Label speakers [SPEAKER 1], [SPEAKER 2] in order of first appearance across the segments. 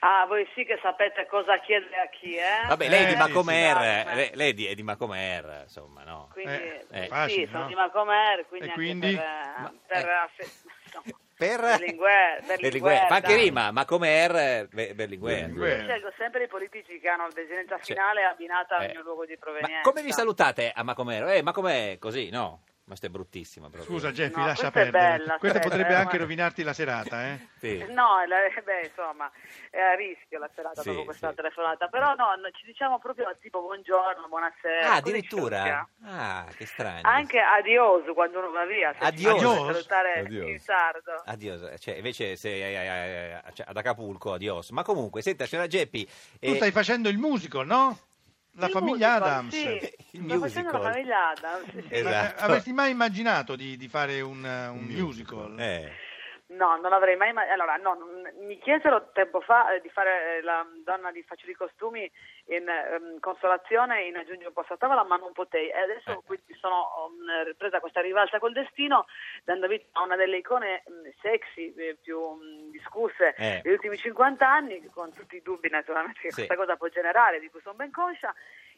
[SPEAKER 1] Ah, voi sì che sapete cosa chiedere a chi, eh?
[SPEAKER 2] Vabbè, lei è di
[SPEAKER 3] Eh,
[SPEAKER 2] Macomer,
[SPEAKER 1] sì, dai,
[SPEAKER 2] eh, lei, lei è di- è di Macomer, insomma, no?
[SPEAKER 1] Quindi,
[SPEAKER 3] Eh,
[SPEAKER 1] sì,
[SPEAKER 3] facile,
[SPEAKER 1] sono
[SPEAKER 3] no?
[SPEAKER 1] di Macomer, quindi
[SPEAKER 3] E
[SPEAKER 1] anche
[SPEAKER 3] quindi?
[SPEAKER 1] per...
[SPEAKER 2] Ma-
[SPEAKER 1] Ah, per
[SPEAKER 2] eh.
[SPEAKER 1] se- no.
[SPEAKER 2] Per...
[SPEAKER 1] Berlinguer, Berlinguer,
[SPEAKER 2] Fa anche
[SPEAKER 1] dai.
[SPEAKER 2] rima, Macomer, eh, Be- Berlinguer. Cioè,
[SPEAKER 3] Berlinguer.
[SPEAKER 1] Io scelgo sempre i politici che hanno desinenza
[SPEAKER 2] Sì.
[SPEAKER 1] finale abbinata al
[SPEAKER 2] Eh.
[SPEAKER 1] mio luogo di
[SPEAKER 2] Ma
[SPEAKER 1] provenienza.
[SPEAKER 2] come vi salutate a Macomer? Eh, Macomè, così, no? Ma sta è bruttissima proprio.
[SPEAKER 3] Scusa Jeffy,
[SPEAKER 1] No,
[SPEAKER 3] lascia
[SPEAKER 1] questa è
[SPEAKER 3] perdere.
[SPEAKER 1] bella,
[SPEAKER 3] Questa
[SPEAKER 1] aspetta,
[SPEAKER 3] potrebbe
[SPEAKER 1] eh,
[SPEAKER 3] anche
[SPEAKER 1] ma-
[SPEAKER 3] rovinarti la serata, eh?
[SPEAKER 2] Sì.
[SPEAKER 1] No, la- eh, beh, insomma, è a rischio la serata
[SPEAKER 2] Sì,
[SPEAKER 1] dopo questa
[SPEAKER 2] sì.
[SPEAKER 1] telefonata. Però no, no, ci diciamo proprio tipo buongiorno, buonasera.
[SPEAKER 2] Ah,
[SPEAKER 1] così ci
[SPEAKER 2] addirittura?
[SPEAKER 1] salutiamo.
[SPEAKER 2] Ah, che strano.
[SPEAKER 1] Anche adios quando uno va via. se
[SPEAKER 2] Adios?
[SPEAKER 1] ci vuole salutare
[SPEAKER 4] Adios.
[SPEAKER 1] in sardo.
[SPEAKER 2] Adios, cioè, invece se eh, eh, eh, cioè, ad Acapulco, adios. Ma comunque, senta, signora Geppi,
[SPEAKER 3] Tu
[SPEAKER 2] eh,
[SPEAKER 3] stai facendo il musical, no? La
[SPEAKER 1] Il
[SPEAKER 3] famiglia
[SPEAKER 1] musical,
[SPEAKER 3] Adams.
[SPEAKER 1] Sì,
[SPEAKER 2] Il
[SPEAKER 1] sto facendo la
[SPEAKER 2] musical.
[SPEAKER 1] famiglia Adams. sì, sì.
[SPEAKER 3] Ma, eh,
[SPEAKER 2] Esatto.
[SPEAKER 3] Avresti mai immaginato di, di fare un, eh, un musical?
[SPEAKER 2] eh,
[SPEAKER 1] No, non avrei mai. ma- Allora, no, non- mi chiesero tempo fa eh, di fare eh, la donna di facili costumi in ehm, consolazione in aggiungi un po' a tavola, ma non potei. E adesso
[SPEAKER 2] Eh.
[SPEAKER 1] quindi sono um, ripresa questa rivalsa col destino, dando vita a una delle icone mh, sexy eh, più mh, discusse
[SPEAKER 2] Eh.
[SPEAKER 1] degli ultimi 50 anni, con tutti i dubbi naturalmente che
[SPEAKER 2] Sì.
[SPEAKER 1] questa cosa può generare, di cui sono ben conscia,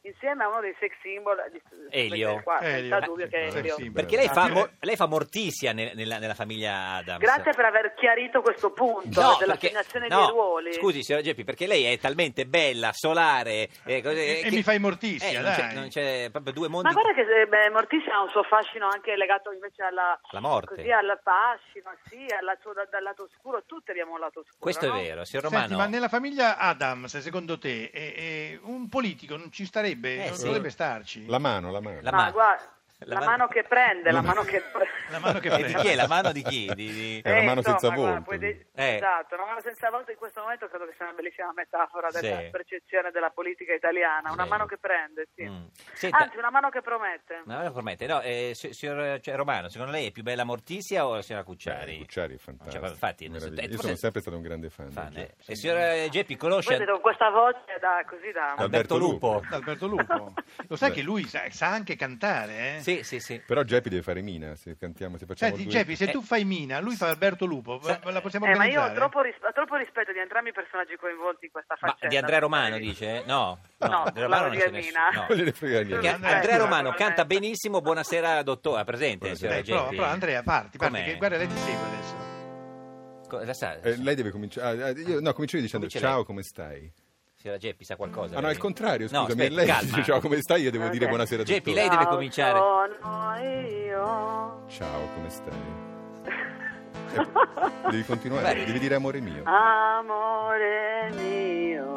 [SPEAKER 1] insieme a uno dei sex symbol di
[SPEAKER 2] Elio.
[SPEAKER 1] Qua,
[SPEAKER 3] Elio. Eh,
[SPEAKER 1] senza dubbio che è
[SPEAKER 3] Sex
[SPEAKER 1] Elio.
[SPEAKER 3] symbol.
[SPEAKER 2] perché lei fa,
[SPEAKER 3] Grazie.
[SPEAKER 2] mo- lei fa mortizia nel- nella, nella famiglia Adams.
[SPEAKER 1] Grazie per aver chiarito questo punto
[SPEAKER 2] No, perché-
[SPEAKER 1] dell'assegnazione
[SPEAKER 2] no,
[SPEAKER 1] dei ruoli.
[SPEAKER 2] Scusi, signora Geppi, perché lei è talmente bella, solare. eh, così-
[SPEAKER 3] E-
[SPEAKER 2] eh,
[SPEAKER 3] e mi fai mortizia,
[SPEAKER 2] eh, non c'è-
[SPEAKER 3] dai.
[SPEAKER 2] non c'è proprio due mondi.
[SPEAKER 1] Ma guarda che eh, beh, Morticia ha un suo fascino anche legato invece alla
[SPEAKER 2] La morte.
[SPEAKER 1] Così, al fascino, sì, alla sua- da- dal lato oscuro. Tutti abbiamo un lato oscuro.
[SPEAKER 2] Questo
[SPEAKER 1] no?
[SPEAKER 2] è vero, signor
[SPEAKER 3] Senti,
[SPEAKER 2] Romano.
[SPEAKER 3] ma nella famiglia Adams, secondo te, è- è un politico non ci starebbe,
[SPEAKER 2] Eh,
[SPEAKER 3] non
[SPEAKER 2] sì.
[SPEAKER 3] dovrebbe starci?
[SPEAKER 4] La mano, la mano.
[SPEAKER 2] La
[SPEAKER 1] Ma
[SPEAKER 2] mano.
[SPEAKER 1] guarda,
[SPEAKER 2] La
[SPEAKER 1] la,
[SPEAKER 2] mano-
[SPEAKER 1] mano... che prende, la
[SPEAKER 4] La
[SPEAKER 1] mano
[SPEAKER 4] mano-
[SPEAKER 1] che Eh,
[SPEAKER 3] La mano che
[SPEAKER 2] E Eh, di chi è?
[SPEAKER 3] prende.
[SPEAKER 2] La mano di chi? Di- di-
[SPEAKER 4] È una mano senza
[SPEAKER 1] guarda,
[SPEAKER 4] volto.
[SPEAKER 1] puoi de-
[SPEAKER 2] Eh.
[SPEAKER 1] Esatto, una mano senza volto in questo momento credo che sia una bellissima metafora della
[SPEAKER 2] Sì.
[SPEAKER 1] percezione della politica italiana. Una
[SPEAKER 2] Sì.
[SPEAKER 1] mano che prende, sì.
[SPEAKER 2] Mm. Senta-
[SPEAKER 1] Anzi, una mano che promette.
[SPEAKER 2] Ma non lo promette, no, eh, si- signor cioè, Romano, secondo lei è più bella Mortizia o la signora
[SPEAKER 4] Beh,
[SPEAKER 2] Cucciari?
[SPEAKER 4] Eh, Cucciari è fantastico.
[SPEAKER 2] Cioè, infatti,
[SPEAKER 4] meraviglioso.
[SPEAKER 2] eh,
[SPEAKER 4] Io
[SPEAKER 2] forse-
[SPEAKER 4] sono sempre stato un grande fan. di
[SPEAKER 2] fan, eh.
[SPEAKER 4] Cucciari.
[SPEAKER 2] E signora Geppi conosce
[SPEAKER 1] Voi siete con questa voce da così da...
[SPEAKER 4] Vabbè.
[SPEAKER 2] Alberto
[SPEAKER 4] Alberto
[SPEAKER 2] Lupo?
[SPEAKER 4] Lupo.
[SPEAKER 3] Alberto Lupo. Lo sai che lui sa, sa anche cantare, eh?
[SPEAKER 2] Sì, sì, sì.
[SPEAKER 4] Però Geppi deve fare mina, se cantiamo, se facciamo
[SPEAKER 3] Senti,
[SPEAKER 4] due...
[SPEAKER 3] Geppi, se
[SPEAKER 2] Eh.
[SPEAKER 3] tu fai Mina, lui fa Alberto Lupo,
[SPEAKER 2] Sa-
[SPEAKER 3] la possiamo
[SPEAKER 1] Eh, ma io ho
[SPEAKER 3] organizzare?
[SPEAKER 1] troppo, ris- ho troppo rispetto di entrambi i personaggi coinvolti in questa
[SPEAKER 2] Ma
[SPEAKER 1] faccenda.
[SPEAKER 2] di Andrea Romano dice? No,
[SPEAKER 1] No,
[SPEAKER 2] di
[SPEAKER 1] Romano
[SPEAKER 2] non
[SPEAKER 1] di
[SPEAKER 2] c'è
[SPEAKER 1] Elmina.
[SPEAKER 2] nessuno,
[SPEAKER 4] Non gliene frega niente.
[SPEAKER 1] Eh,
[SPEAKER 2] Perché
[SPEAKER 3] Andrea-
[SPEAKER 2] Andrea Romano
[SPEAKER 1] Andrea-
[SPEAKER 2] canta benissimo, buonasera dottore, Ah, presente,
[SPEAKER 4] Buonasera. Eh,
[SPEAKER 2] signora
[SPEAKER 3] Dai,
[SPEAKER 4] Dai,
[SPEAKER 3] prova,
[SPEAKER 2] Geppi?
[SPEAKER 3] prova, Andrea, parti, parti,
[SPEAKER 2] Com'è?
[SPEAKER 3] che guarda, lei ti segue adesso.
[SPEAKER 2] Co- La sa,
[SPEAKER 4] Eh, lei deve cominciare... ah, ah, io- no, comincio io dicendo
[SPEAKER 2] Comincia
[SPEAKER 4] ciao,
[SPEAKER 2] lei.
[SPEAKER 4] come stai?
[SPEAKER 2] signora Geppi sa qualcosa?
[SPEAKER 4] Ah no,
[SPEAKER 2] lei?
[SPEAKER 4] al contrario,
[SPEAKER 2] No,
[SPEAKER 4] scusami, è
[SPEAKER 2] aspetti,
[SPEAKER 4] lei che
[SPEAKER 2] calma.
[SPEAKER 4] dice ciao, come stai? Io devo
[SPEAKER 1] Ok.
[SPEAKER 4] dire buonasera a
[SPEAKER 2] Geppi,
[SPEAKER 4] tutti.
[SPEAKER 2] lei deve cominciare.
[SPEAKER 1] Sono io.
[SPEAKER 4] Ciao, come stai? Eh, devi continuare,
[SPEAKER 2] Beh.
[SPEAKER 4] devi dire amore mio.
[SPEAKER 1] Amore mio.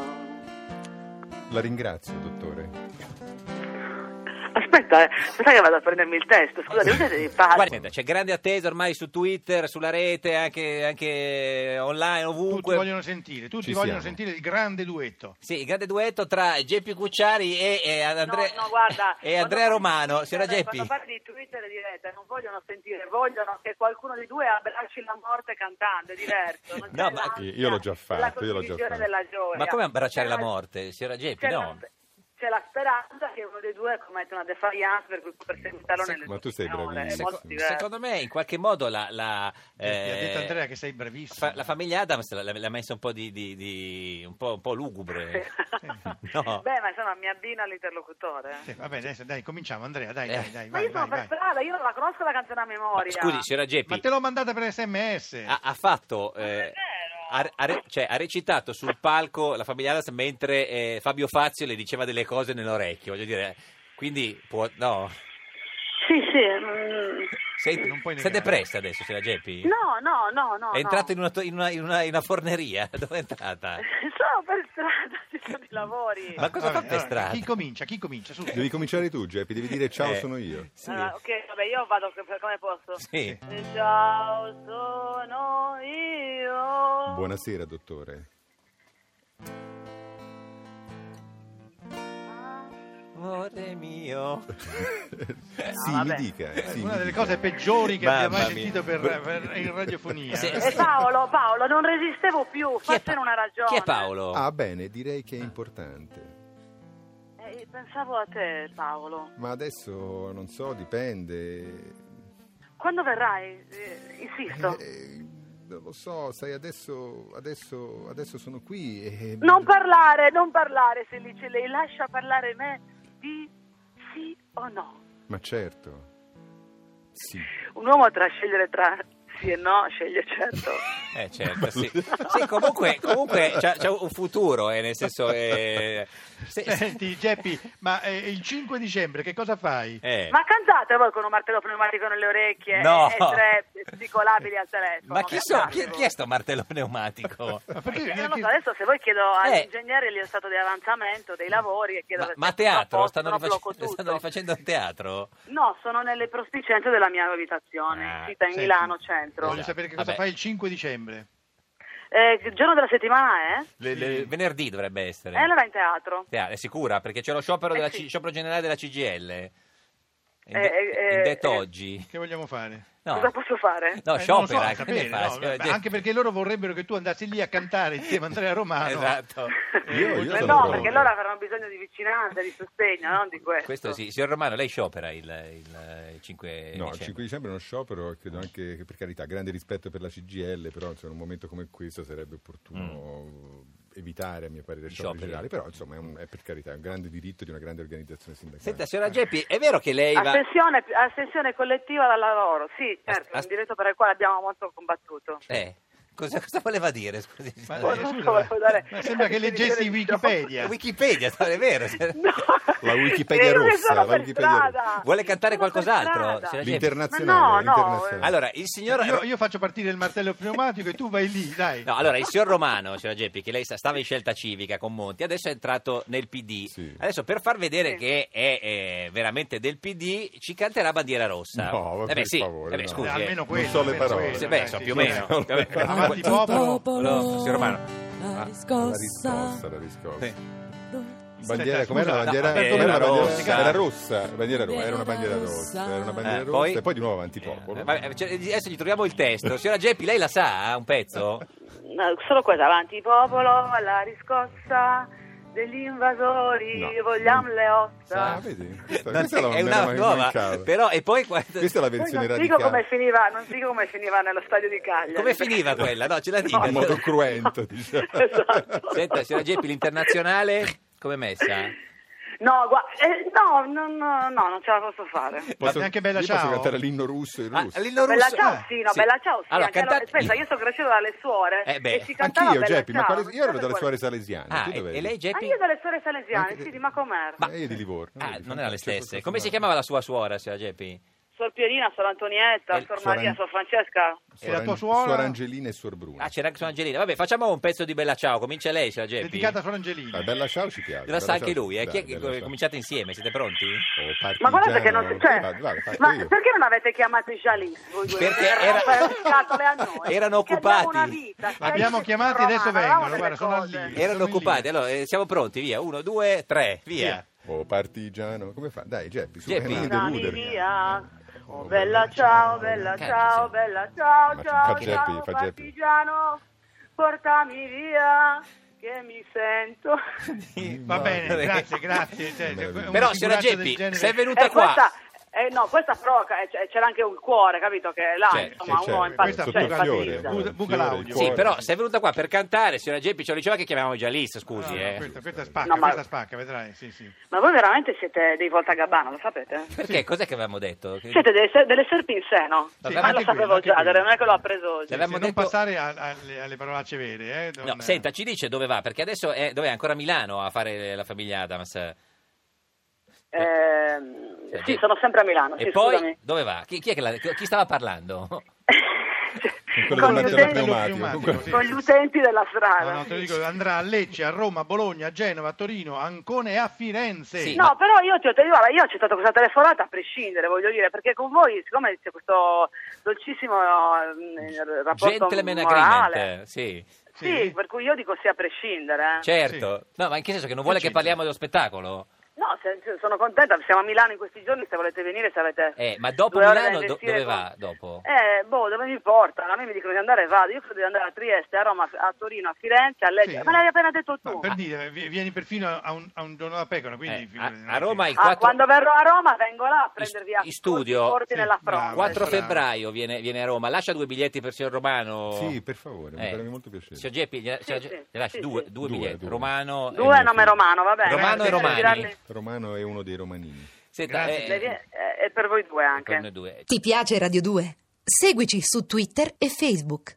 [SPEAKER 4] La ringrazio, dottore.
[SPEAKER 1] Aspetta, eh, aspetta che vado a prendermi il testo. Scusa, devo siete dei pazzi.
[SPEAKER 2] Guarda, senta, c'è grande attesa ormai su Twitter, sulla rete, anche, anche online,
[SPEAKER 3] Tutti
[SPEAKER 2] ovunque.
[SPEAKER 3] vogliono sentire, tutti
[SPEAKER 4] Ci
[SPEAKER 3] vogliono
[SPEAKER 4] siamo.
[SPEAKER 3] sentire il grande duetto.
[SPEAKER 2] Sì, il grande duetto tra Geppi Cucciari e, e Andrea,
[SPEAKER 1] No, no, guarda,
[SPEAKER 2] e Andrea
[SPEAKER 1] quando-
[SPEAKER 2] Romano. Signora
[SPEAKER 1] Guarda,
[SPEAKER 2] Geppi,
[SPEAKER 1] Quando parli di Twitter e di rete non vogliono sentire, vogliono che qualcuno dei due abbracci la morte cantando, è diverso. Non c'è
[SPEAKER 2] No, ma-
[SPEAKER 1] l'ansia,
[SPEAKER 4] Io l'ho già fatto,
[SPEAKER 1] la
[SPEAKER 4] io l'ho già
[SPEAKER 1] condivisione
[SPEAKER 4] fatto.
[SPEAKER 1] della gioia.
[SPEAKER 2] ma come abbracciare
[SPEAKER 1] C'è
[SPEAKER 2] la morte, signora Geppi?
[SPEAKER 1] C'è,
[SPEAKER 2] No.
[SPEAKER 1] la, c'è la speranza che uno dei due commetta una defiance per cui può perseguitarlo
[SPEAKER 2] Sec-
[SPEAKER 1] nelle
[SPEAKER 4] ma
[SPEAKER 1] sue
[SPEAKER 4] tu sei
[SPEAKER 1] parole,
[SPEAKER 4] bravissimo.
[SPEAKER 1] è molto
[SPEAKER 4] Sec-
[SPEAKER 1] diverso.
[SPEAKER 2] Secondo me, in qualche modo, la, la,
[SPEAKER 3] Geppi, ha
[SPEAKER 2] eh,
[SPEAKER 3] detto Andrea che sei bravissimo.
[SPEAKER 2] fa- la famiglia Adams l'ha, l'ha messa un po' di, di- di- un, po', un po' lugubre. No.
[SPEAKER 1] Beh, ma insomma, mi abbina all'interlocutore.
[SPEAKER 3] Sì, va bene, adesso dai, cominciamo Andrea, dai,
[SPEAKER 2] Eh.
[SPEAKER 3] dai, dai,
[SPEAKER 1] ma
[SPEAKER 3] vai,
[SPEAKER 1] io sono
[SPEAKER 3] vai,
[SPEAKER 1] per
[SPEAKER 3] vai.
[SPEAKER 1] strada, io non la conosco la canzone a
[SPEAKER 2] Ma
[SPEAKER 1] memoria.
[SPEAKER 2] scusi, signora Geppi,
[SPEAKER 3] Ma te l'ho mandata per sms.
[SPEAKER 2] ha, ha fatto.
[SPEAKER 1] Ma non è
[SPEAKER 2] eh,
[SPEAKER 1] vero.
[SPEAKER 2] ha, ha re- cioè, ha recitato sul palco la famiglia Adams mentre eh, Fabio Fazio le diceva delle cose nell'orecchio. Voglio dire, quindi può. No.
[SPEAKER 1] Sì, sì. mm.
[SPEAKER 2] Sei,
[SPEAKER 3] Non puoi
[SPEAKER 2] sei
[SPEAKER 3] negare.
[SPEAKER 2] depressa adesso, signora Geppi?
[SPEAKER 1] No, no, no, no.
[SPEAKER 2] È entrata
[SPEAKER 1] entrato
[SPEAKER 2] in, una, to- in una- in una- in una forneria? Dove è entrata?
[SPEAKER 1] Sono per strada, ci sono i lavori.
[SPEAKER 2] Ma cosa
[SPEAKER 3] Vabbè,
[SPEAKER 2] fa per
[SPEAKER 3] allora,
[SPEAKER 2] strada?
[SPEAKER 3] Chi comincia, chi comincia? Su.
[SPEAKER 4] Devi cominciare tu, Geppi, devi dire ciao,
[SPEAKER 2] Eh,
[SPEAKER 4] sono io.
[SPEAKER 2] Sì.
[SPEAKER 1] Allora, ok, vabbè, io vado co- come posso.
[SPEAKER 2] Sì.
[SPEAKER 1] Ciao, sono io.
[SPEAKER 4] Buonasera, dottore.
[SPEAKER 2] Amore mio.
[SPEAKER 5] sì, mi dica.
[SPEAKER 3] È
[SPEAKER 5] sì,
[SPEAKER 3] una
[SPEAKER 5] mi
[SPEAKER 3] delle
[SPEAKER 5] dica.
[SPEAKER 3] cose peggiori che abbia
[SPEAKER 2] Mamma
[SPEAKER 3] mai
[SPEAKER 2] mia.
[SPEAKER 3] sentito per, per- in radiofonia.
[SPEAKER 2] Eh, Sì.
[SPEAKER 1] E Paolo, Paolo, non resistevo più,
[SPEAKER 2] Chi è,
[SPEAKER 1] facciano una ragione.
[SPEAKER 2] Chi è Paolo?
[SPEAKER 5] Ah, bene, direi che è importante.
[SPEAKER 1] Eh, pensavo a te, Paolo.
[SPEAKER 5] Ma adesso non so, dipende.
[SPEAKER 1] Quando verrai? Eh, insisto.
[SPEAKER 5] Eh, non lo so, sai, adesso, adesso, adesso sono qui e...
[SPEAKER 1] Non parlare, non parlare, se dice lei, lascia parlare me di sì o no.
[SPEAKER 5] Ma certo. Sì.
[SPEAKER 1] Un uomo tra scegliere tra sì e no sceglie certo.
[SPEAKER 2] Eh certo, sì. Sì, comunque, comunque c'è, c'è un futuro, eh, nel senso... eh, se- se-
[SPEAKER 3] Senti, Geppi, ma eh, il 5 dicembre che cosa fai?
[SPEAKER 2] eh.
[SPEAKER 1] Ma cantate voi con un martello pneumatico nelle orecchie
[SPEAKER 2] No.
[SPEAKER 1] e, e tre psicolabili al telefono.
[SPEAKER 2] Ma chi, so,
[SPEAKER 1] cantate
[SPEAKER 2] chi,
[SPEAKER 1] voi.
[SPEAKER 2] chi è sto martello pneumatico?
[SPEAKER 3] Ma perché-
[SPEAKER 1] Eh, non lo so, adesso se voi chiedo
[SPEAKER 2] Eh.
[SPEAKER 1] agli ingegneri lì è stato di avanzamento, dei lavori e chiedo
[SPEAKER 2] Ma,
[SPEAKER 1] se
[SPEAKER 2] ma a
[SPEAKER 1] tutto a
[SPEAKER 2] teatro?
[SPEAKER 1] posto,
[SPEAKER 2] Stanno,
[SPEAKER 1] no,
[SPEAKER 2] rifac-
[SPEAKER 1] blocco tutto.
[SPEAKER 2] stanno rifacendo il teatro?
[SPEAKER 1] No, sono nelle prospicienze della mia abitazione,
[SPEAKER 2] Ah,
[SPEAKER 1] sita in
[SPEAKER 3] senti,
[SPEAKER 1] Milano centro.
[SPEAKER 3] Voglio sapere che cosa
[SPEAKER 2] Vabbè.
[SPEAKER 3] fai il 5 dicembre.
[SPEAKER 1] Eh, il giorno della settimana è?
[SPEAKER 3] Eh,
[SPEAKER 2] Le- le- venerdì dovrebbe essere.
[SPEAKER 1] E Eh, allora in teatro.
[SPEAKER 2] Te- è sicura? Perché c'è lo sciopero,
[SPEAKER 1] Eh
[SPEAKER 2] della
[SPEAKER 1] sì.
[SPEAKER 2] C- sciopero generale della CGL.
[SPEAKER 1] Eh, eh,
[SPEAKER 2] Indetto
[SPEAKER 1] eh,
[SPEAKER 2] oggi.
[SPEAKER 3] Che vogliamo fare?
[SPEAKER 2] No,
[SPEAKER 1] Cosa posso fare?
[SPEAKER 2] no
[SPEAKER 3] Eh, non lo so,
[SPEAKER 2] sciopera. che
[SPEAKER 3] sapere,
[SPEAKER 2] ne Cioè, fa?
[SPEAKER 3] no, vabbè, anche perché loro vorrebbero che tu andassi lì a cantare insieme a Andrea Romano.
[SPEAKER 2] Esatto.
[SPEAKER 5] Io- io
[SPEAKER 1] Eh, no,
[SPEAKER 5] sono pronto.
[SPEAKER 1] perché loro avranno bisogno di vicinanza, di sostegno, non di questo.
[SPEAKER 2] Questo sì. Signor Romano, lei sciopera il, il, il 5
[SPEAKER 5] No, il
[SPEAKER 2] dicembre.
[SPEAKER 5] 5 dicembre è uno sciopero e credo anche che per carità, grande rispetto per la CGL, però insomma, in un momento come questo sarebbe opportuno evitare, a mio parere,
[SPEAKER 2] I
[SPEAKER 5] scioperi
[SPEAKER 2] scioperi.
[SPEAKER 5] generali, però insomma è, un- è per carità, è un grande diritto di una grande organizzazione sindacale.
[SPEAKER 2] Senta, signora Geppi, è vero che lei va...
[SPEAKER 1] Astensione, astensione collettiva dal lavoro, sì,
[SPEAKER 2] As-
[SPEAKER 1] certo,
[SPEAKER 2] as-
[SPEAKER 1] un diritto per il quale abbiamo molto combattuto.
[SPEAKER 2] Eh, cosa, cosa voleva dire, scusi?
[SPEAKER 3] Ma,
[SPEAKER 1] Poi
[SPEAKER 3] eh,
[SPEAKER 1] non
[SPEAKER 3] scusa,
[SPEAKER 1] so,
[SPEAKER 3] ma-
[SPEAKER 1] volevo dare-
[SPEAKER 3] ma sembra che leggessi Wikipedia.
[SPEAKER 2] Wikipedia, sta- Ah, è vero.
[SPEAKER 1] No.
[SPEAKER 5] La Wikipedia
[SPEAKER 1] Eh, io
[SPEAKER 5] rossa,
[SPEAKER 1] sono
[SPEAKER 5] la
[SPEAKER 1] per
[SPEAKER 5] Wikipedia
[SPEAKER 1] strada.
[SPEAKER 2] Vuole cantare
[SPEAKER 1] Sono per
[SPEAKER 2] qualcos'altro,
[SPEAKER 1] strada.
[SPEAKER 2] signora Geppi?
[SPEAKER 1] Ma
[SPEAKER 5] L'internazionale,
[SPEAKER 1] no, eh, no,
[SPEAKER 5] l'internazionale.
[SPEAKER 2] Allora, il signor...
[SPEAKER 3] Io, io faccio partire il martello pneumatico e tu vai lì, dai.
[SPEAKER 2] No, allora il signor Romano, signora Geppi, che lei sa- stava in scelta civica con Monti, adesso è entrato nel PD.
[SPEAKER 5] Sì.
[SPEAKER 2] Adesso per far vedere
[SPEAKER 1] Sì.
[SPEAKER 2] che è, eh, veramente del PD, ci canterà bandiera rossa.
[SPEAKER 5] No, ma
[SPEAKER 2] Eh beh,
[SPEAKER 5] per
[SPEAKER 2] sì.
[SPEAKER 5] favore,
[SPEAKER 2] Eh beh,
[SPEAKER 5] no.
[SPEAKER 2] scusi,
[SPEAKER 3] Eh,
[SPEAKER 2] eh.
[SPEAKER 3] almeno quello.
[SPEAKER 5] so le
[SPEAKER 3] almeno
[SPEAKER 5] parole.
[SPEAKER 3] quello, eh,
[SPEAKER 2] Sì, beh,
[SPEAKER 3] dai,
[SPEAKER 2] so
[SPEAKER 3] sì,
[SPEAKER 2] più o
[SPEAKER 3] dai.
[SPEAKER 2] meno.
[SPEAKER 5] no,
[SPEAKER 2] Vabbè,
[SPEAKER 5] no.
[SPEAKER 3] Avanti
[SPEAKER 2] comunque-
[SPEAKER 3] popolo.
[SPEAKER 2] Ah, Popolo, signor Romano.
[SPEAKER 5] Ah,
[SPEAKER 6] La
[SPEAKER 5] la riscossa,
[SPEAKER 6] riscossa.
[SPEAKER 5] la riscossa.
[SPEAKER 2] Sì.
[SPEAKER 5] Bandiera,
[SPEAKER 3] Aspetta,
[SPEAKER 5] com'era la
[SPEAKER 3] scusa,
[SPEAKER 5] bandiera?
[SPEAKER 2] no, bandiera
[SPEAKER 5] com'era la bandiera?
[SPEAKER 2] rossa.
[SPEAKER 5] Era rossa, bandiera rossa, era una bandiera rossa, era una bandiera
[SPEAKER 2] Eh,
[SPEAKER 5] rossa
[SPEAKER 2] poi-
[SPEAKER 5] e poi di nuovo
[SPEAKER 2] Eh,
[SPEAKER 5] antipopolo.
[SPEAKER 2] vabbè, cioè, adesso gli troviamo il testo. Signora Geppi, lei la sa eh, un pezzo?
[SPEAKER 1] No, solo questo, avanti popolo, alla riscossa degli invasori,
[SPEAKER 5] No.
[SPEAKER 1] vogliamo le
[SPEAKER 5] Ah,
[SPEAKER 1] ossa.
[SPEAKER 5] vedi? Questa,
[SPEAKER 2] Non-
[SPEAKER 5] questa la,
[SPEAKER 2] è
[SPEAKER 5] me
[SPEAKER 2] una
[SPEAKER 5] la
[SPEAKER 2] nuova.
[SPEAKER 5] mancava.
[SPEAKER 2] Però, e poi qua-
[SPEAKER 5] Questa è la
[SPEAKER 1] Poi
[SPEAKER 5] versione
[SPEAKER 1] non dico,
[SPEAKER 5] radicale.
[SPEAKER 1] come finiva, non dico come finiva nello stadio di Cagliari.
[SPEAKER 2] come finiva quella? No, ce la dica.
[SPEAKER 5] in modo cruento, diciamo.
[SPEAKER 1] Esatto.
[SPEAKER 2] Senta, signora Geppi, l'internazionale come è messa?
[SPEAKER 1] No, gua- eh, no, no, no, no, non ce la posso fare.
[SPEAKER 5] Posso,
[SPEAKER 3] Neanche bella
[SPEAKER 5] io
[SPEAKER 3] ciao?
[SPEAKER 5] posso cantare l'inno russo in russo.
[SPEAKER 2] Ah, l'inno
[SPEAKER 1] Bella
[SPEAKER 2] russo-
[SPEAKER 1] ciao,
[SPEAKER 2] ah,
[SPEAKER 1] sì, no, bella ciao, sì.
[SPEAKER 2] Allora,
[SPEAKER 1] anche allora-
[SPEAKER 2] cantate-
[SPEAKER 1] aspetta, io sono cresciuta dalle suore
[SPEAKER 2] Eh beh,
[SPEAKER 1] e si cantava
[SPEAKER 5] Anch'io,
[SPEAKER 1] bella
[SPEAKER 5] Geppi, ma
[SPEAKER 1] ciao,
[SPEAKER 5] quale-
[SPEAKER 1] non
[SPEAKER 5] io ero
[SPEAKER 1] so
[SPEAKER 5] dalle
[SPEAKER 1] quelle-
[SPEAKER 5] suore salesiane.
[SPEAKER 2] Ah,
[SPEAKER 5] tu
[SPEAKER 2] e,
[SPEAKER 5] dove
[SPEAKER 2] e
[SPEAKER 5] eri?
[SPEAKER 2] lei Geppi?
[SPEAKER 1] Ah, io dalle suore salesiane,
[SPEAKER 5] Anche-
[SPEAKER 1] sì, di Macomer.
[SPEAKER 5] Ma io di Livorno.
[SPEAKER 2] Ah,
[SPEAKER 5] vedi,
[SPEAKER 2] non erano le
[SPEAKER 5] fantastico,
[SPEAKER 2] stesse.
[SPEAKER 5] fantastico.
[SPEAKER 2] Come si chiamava la sua suora, signora Geppi?
[SPEAKER 1] Sor Pierina, Sor Antonietta,
[SPEAKER 2] Eh,
[SPEAKER 1] Sor
[SPEAKER 5] Sor
[SPEAKER 1] Maria,
[SPEAKER 5] An-
[SPEAKER 1] Sor Francesca.
[SPEAKER 3] E la tua
[SPEAKER 5] Ange-
[SPEAKER 3] suora?
[SPEAKER 5] Suor Angelina e Suor Bruna.
[SPEAKER 2] Ah, c'era anche sua Angelina. Vabbè, facciamo un pezzo di Bella Ciao. Comincia lei, signora Geppi.
[SPEAKER 3] Dedicata a Sor Angelina.
[SPEAKER 5] Ah, bella ciao ci piace.
[SPEAKER 2] La sa
[SPEAKER 5] Bella
[SPEAKER 2] anche
[SPEAKER 5] Ciao.
[SPEAKER 2] lui, eh? Chi è
[SPEAKER 5] Dai,
[SPEAKER 2] che
[SPEAKER 5] Bella Ciao.
[SPEAKER 2] cominciate insieme? Siete pronti?
[SPEAKER 5] Oh,
[SPEAKER 1] Ma
[SPEAKER 5] partigiano.
[SPEAKER 1] guardate che non si... Cioè,
[SPEAKER 5] Vado, vado, parto
[SPEAKER 1] ma
[SPEAKER 5] io.
[SPEAKER 1] perché non avete chiamato i Jalis? Voi due?
[SPEAKER 2] Perché
[SPEAKER 1] Per
[SPEAKER 2] era-
[SPEAKER 1] rompere le scatole a noi.
[SPEAKER 2] erano
[SPEAKER 1] Che abbiamo
[SPEAKER 2] occupati.
[SPEAKER 1] una vita, cioè,
[SPEAKER 3] L'abbiamo
[SPEAKER 1] io-
[SPEAKER 3] chiamati e adesso
[SPEAKER 1] Romano,
[SPEAKER 3] vengono,
[SPEAKER 1] avevamo delle
[SPEAKER 3] guarda, sono
[SPEAKER 1] cose.
[SPEAKER 3] lì.
[SPEAKER 2] Erano
[SPEAKER 3] sono in
[SPEAKER 2] occupati.
[SPEAKER 3] linea.
[SPEAKER 2] Allora, eh, siamo pronti. Via. Uno, due, tre. Via.
[SPEAKER 5] Oh, partigiano. Come fa? Dai, Geppi, su,
[SPEAKER 2] Geppi.
[SPEAKER 5] eh, non
[SPEAKER 1] Portami
[SPEAKER 5] deludere.
[SPEAKER 1] via. Oh bella ciao, bella
[SPEAKER 2] Cazzo,
[SPEAKER 1] ciao,
[SPEAKER 2] sì.
[SPEAKER 1] bella ciao,
[SPEAKER 5] Ma
[SPEAKER 1] ciao,
[SPEAKER 5] fa
[SPEAKER 1] ciao,
[SPEAKER 5] Geppi, fa Geppi.
[SPEAKER 1] partigiano, portami via, che mi sento.
[SPEAKER 3] Va bene,
[SPEAKER 2] Vabbè.
[SPEAKER 3] grazie, grazie. Cioè,
[SPEAKER 5] Meraviglioso.
[SPEAKER 3] una
[SPEAKER 2] Però, signora
[SPEAKER 3] figuraccia del
[SPEAKER 2] Geppi,
[SPEAKER 3] genere-
[SPEAKER 2] se è venuta
[SPEAKER 1] E
[SPEAKER 2] qua...
[SPEAKER 1] Eh, questa, eh, no, questa però eh, c- c'era anche un cuore, capito, che là,
[SPEAKER 2] Certo,
[SPEAKER 1] insomma,
[SPEAKER 5] sì,
[SPEAKER 1] uno
[SPEAKER 5] certo.
[SPEAKER 1] infatti,
[SPEAKER 3] Questa
[SPEAKER 1] cioè,
[SPEAKER 3] è
[SPEAKER 5] Sotto
[SPEAKER 3] infatti-
[SPEAKER 5] fiore,
[SPEAKER 1] empatizza.
[SPEAKER 3] Scusa,
[SPEAKER 5] guarda,
[SPEAKER 3] buca
[SPEAKER 5] fiore,
[SPEAKER 3] l'audio.
[SPEAKER 5] il
[SPEAKER 2] Sì,
[SPEAKER 5] cuore.
[SPEAKER 2] però se è venuta qua per cantare, signora Geppi, ce lo diceva che chiamavamo già Liz,
[SPEAKER 3] No,
[SPEAKER 2] scusi,
[SPEAKER 3] Ah, no,
[SPEAKER 2] eh.
[SPEAKER 3] questa, questa spacca,
[SPEAKER 1] No, ma-
[SPEAKER 3] questa spacca, vedrai, sì, sì.
[SPEAKER 1] Ma voi veramente siete dei Volta Gabbana, lo sapete?
[SPEAKER 2] Perché? Cos'è che avevamo detto? Che-
[SPEAKER 1] Siete delle, ser- delle serpi in seno,
[SPEAKER 3] Sì,
[SPEAKER 1] ma lo
[SPEAKER 3] anche quello,
[SPEAKER 1] sapevo
[SPEAKER 3] anche
[SPEAKER 1] già,
[SPEAKER 3] quello.
[SPEAKER 1] non è che l'ho appreso oggi.
[SPEAKER 2] L'avevamo
[SPEAKER 3] Se non
[SPEAKER 2] detto-
[SPEAKER 3] passare a- alle, alle parolacce vere, eh,
[SPEAKER 2] No,
[SPEAKER 3] non-
[SPEAKER 2] senta, ci dice dove va, perché adesso è, dov'è? Ancora a Milano a fare la famiglia Adams.
[SPEAKER 1] Ehm,
[SPEAKER 2] Cioè,
[SPEAKER 1] sì,
[SPEAKER 2] che-
[SPEAKER 1] sono sempre a Milano,
[SPEAKER 2] e
[SPEAKER 1] sì,
[SPEAKER 2] poi
[SPEAKER 1] scusami.
[SPEAKER 2] dove va? Chi, chi è che la- chi stava parlando?
[SPEAKER 5] Quello
[SPEAKER 1] Con
[SPEAKER 5] del
[SPEAKER 1] gli
[SPEAKER 5] martello
[SPEAKER 1] utenti-
[SPEAKER 5] pneumatico.
[SPEAKER 3] pneumatico, sì.
[SPEAKER 1] con gli utenti della
[SPEAKER 3] No,
[SPEAKER 1] strada.
[SPEAKER 3] no, te lo dico, andrà a Lecce, a Roma, a Bologna, a Genova, a Torino, a Ancona e a Firenze.
[SPEAKER 2] Sì.
[SPEAKER 1] No, però io ti ho, detto, guarda, io ho accettato questa telefonata a prescindere, voglio dire, perché con voi, siccome c'è questo dolcissimo eh, rapporto
[SPEAKER 2] Gentleman
[SPEAKER 1] morale,
[SPEAKER 2] Agreement, sì,
[SPEAKER 1] sì,
[SPEAKER 3] Sì.
[SPEAKER 1] per cui io dico sì a prescindere. eh.
[SPEAKER 2] certo. No, ma in che senso che non vuole che
[SPEAKER 3] Decide.
[SPEAKER 2] parliamo dello spettacolo?
[SPEAKER 1] No, se cioè, sono contenta, siamo a Milano in questi giorni, se volete venire, se avete...
[SPEAKER 2] Eh, ma dopo
[SPEAKER 1] due ore da
[SPEAKER 2] Milano do-
[SPEAKER 1] investire
[SPEAKER 2] dove
[SPEAKER 1] con-
[SPEAKER 2] va? Dopo?
[SPEAKER 1] Eh, boh, dove mi portano? A me mi dicono di andare e vado, io credo di andare a Trieste, a Roma, a Torino, a Firenze, a Lecce,
[SPEAKER 3] Sì.
[SPEAKER 1] ma l'hai appena detto tu.
[SPEAKER 3] Ma
[SPEAKER 2] Ah,
[SPEAKER 3] per dire, vi- vieni perfino a un, a un dono da pecora, quindi...
[SPEAKER 2] Eh,
[SPEAKER 3] figurati,
[SPEAKER 2] a,
[SPEAKER 3] non
[SPEAKER 2] a
[SPEAKER 3] è
[SPEAKER 2] Roma
[SPEAKER 3] che-
[SPEAKER 2] il
[SPEAKER 1] Ah,
[SPEAKER 2] 4,
[SPEAKER 1] quando verrò a Roma vengo là a prendervi a
[SPEAKER 2] in studio?
[SPEAKER 1] colpi
[SPEAKER 3] Sì,
[SPEAKER 1] nella
[SPEAKER 3] bravo.
[SPEAKER 1] fronte.
[SPEAKER 2] 4
[SPEAKER 3] Sarà-
[SPEAKER 2] febbraio viene, viene a Roma. Lascia due biglietti per il signor Romano.
[SPEAKER 5] Sì, per favore, mi
[SPEAKER 2] Eh.
[SPEAKER 5] farebbe molto piacere.
[SPEAKER 2] Signor Geppi, gliela-
[SPEAKER 1] Sì,
[SPEAKER 2] signora
[SPEAKER 1] sì,
[SPEAKER 2] Ge- gliela eh, lasci
[SPEAKER 1] sì,
[SPEAKER 2] due,
[SPEAKER 1] sì.
[SPEAKER 2] due
[SPEAKER 5] Due,
[SPEAKER 2] biglietti.
[SPEAKER 5] due.
[SPEAKER 2] Romano. e
[SPEAKER 1] Due
[SPEAKER 2] Nino
[SPEAKER 1] nome
[SPEAKER 2] Fini.
[SPEAKER 1] romano, va bene.
[SPEAKER 2] Romano
[SPEAKER 1] Grazie
[SPEAKER 2] e
[SPEAKER 1] per
[SPEAKER 2] Romani.
[SPEAKER 1] girarli.
[SPEAKER 5] Romano è uno dei romanini.
[SPEAKER 2] Senta,
[SPEAKER 3] Grazie.
[SPEAKER 2] eh,
[SPEAKER 1] Le vie- eh, E per voi due anche.
[SPEAKER 2] torno due.
[SPEAKER 6] Ti piace Radio 2? Seguici su Twitter e Facebook.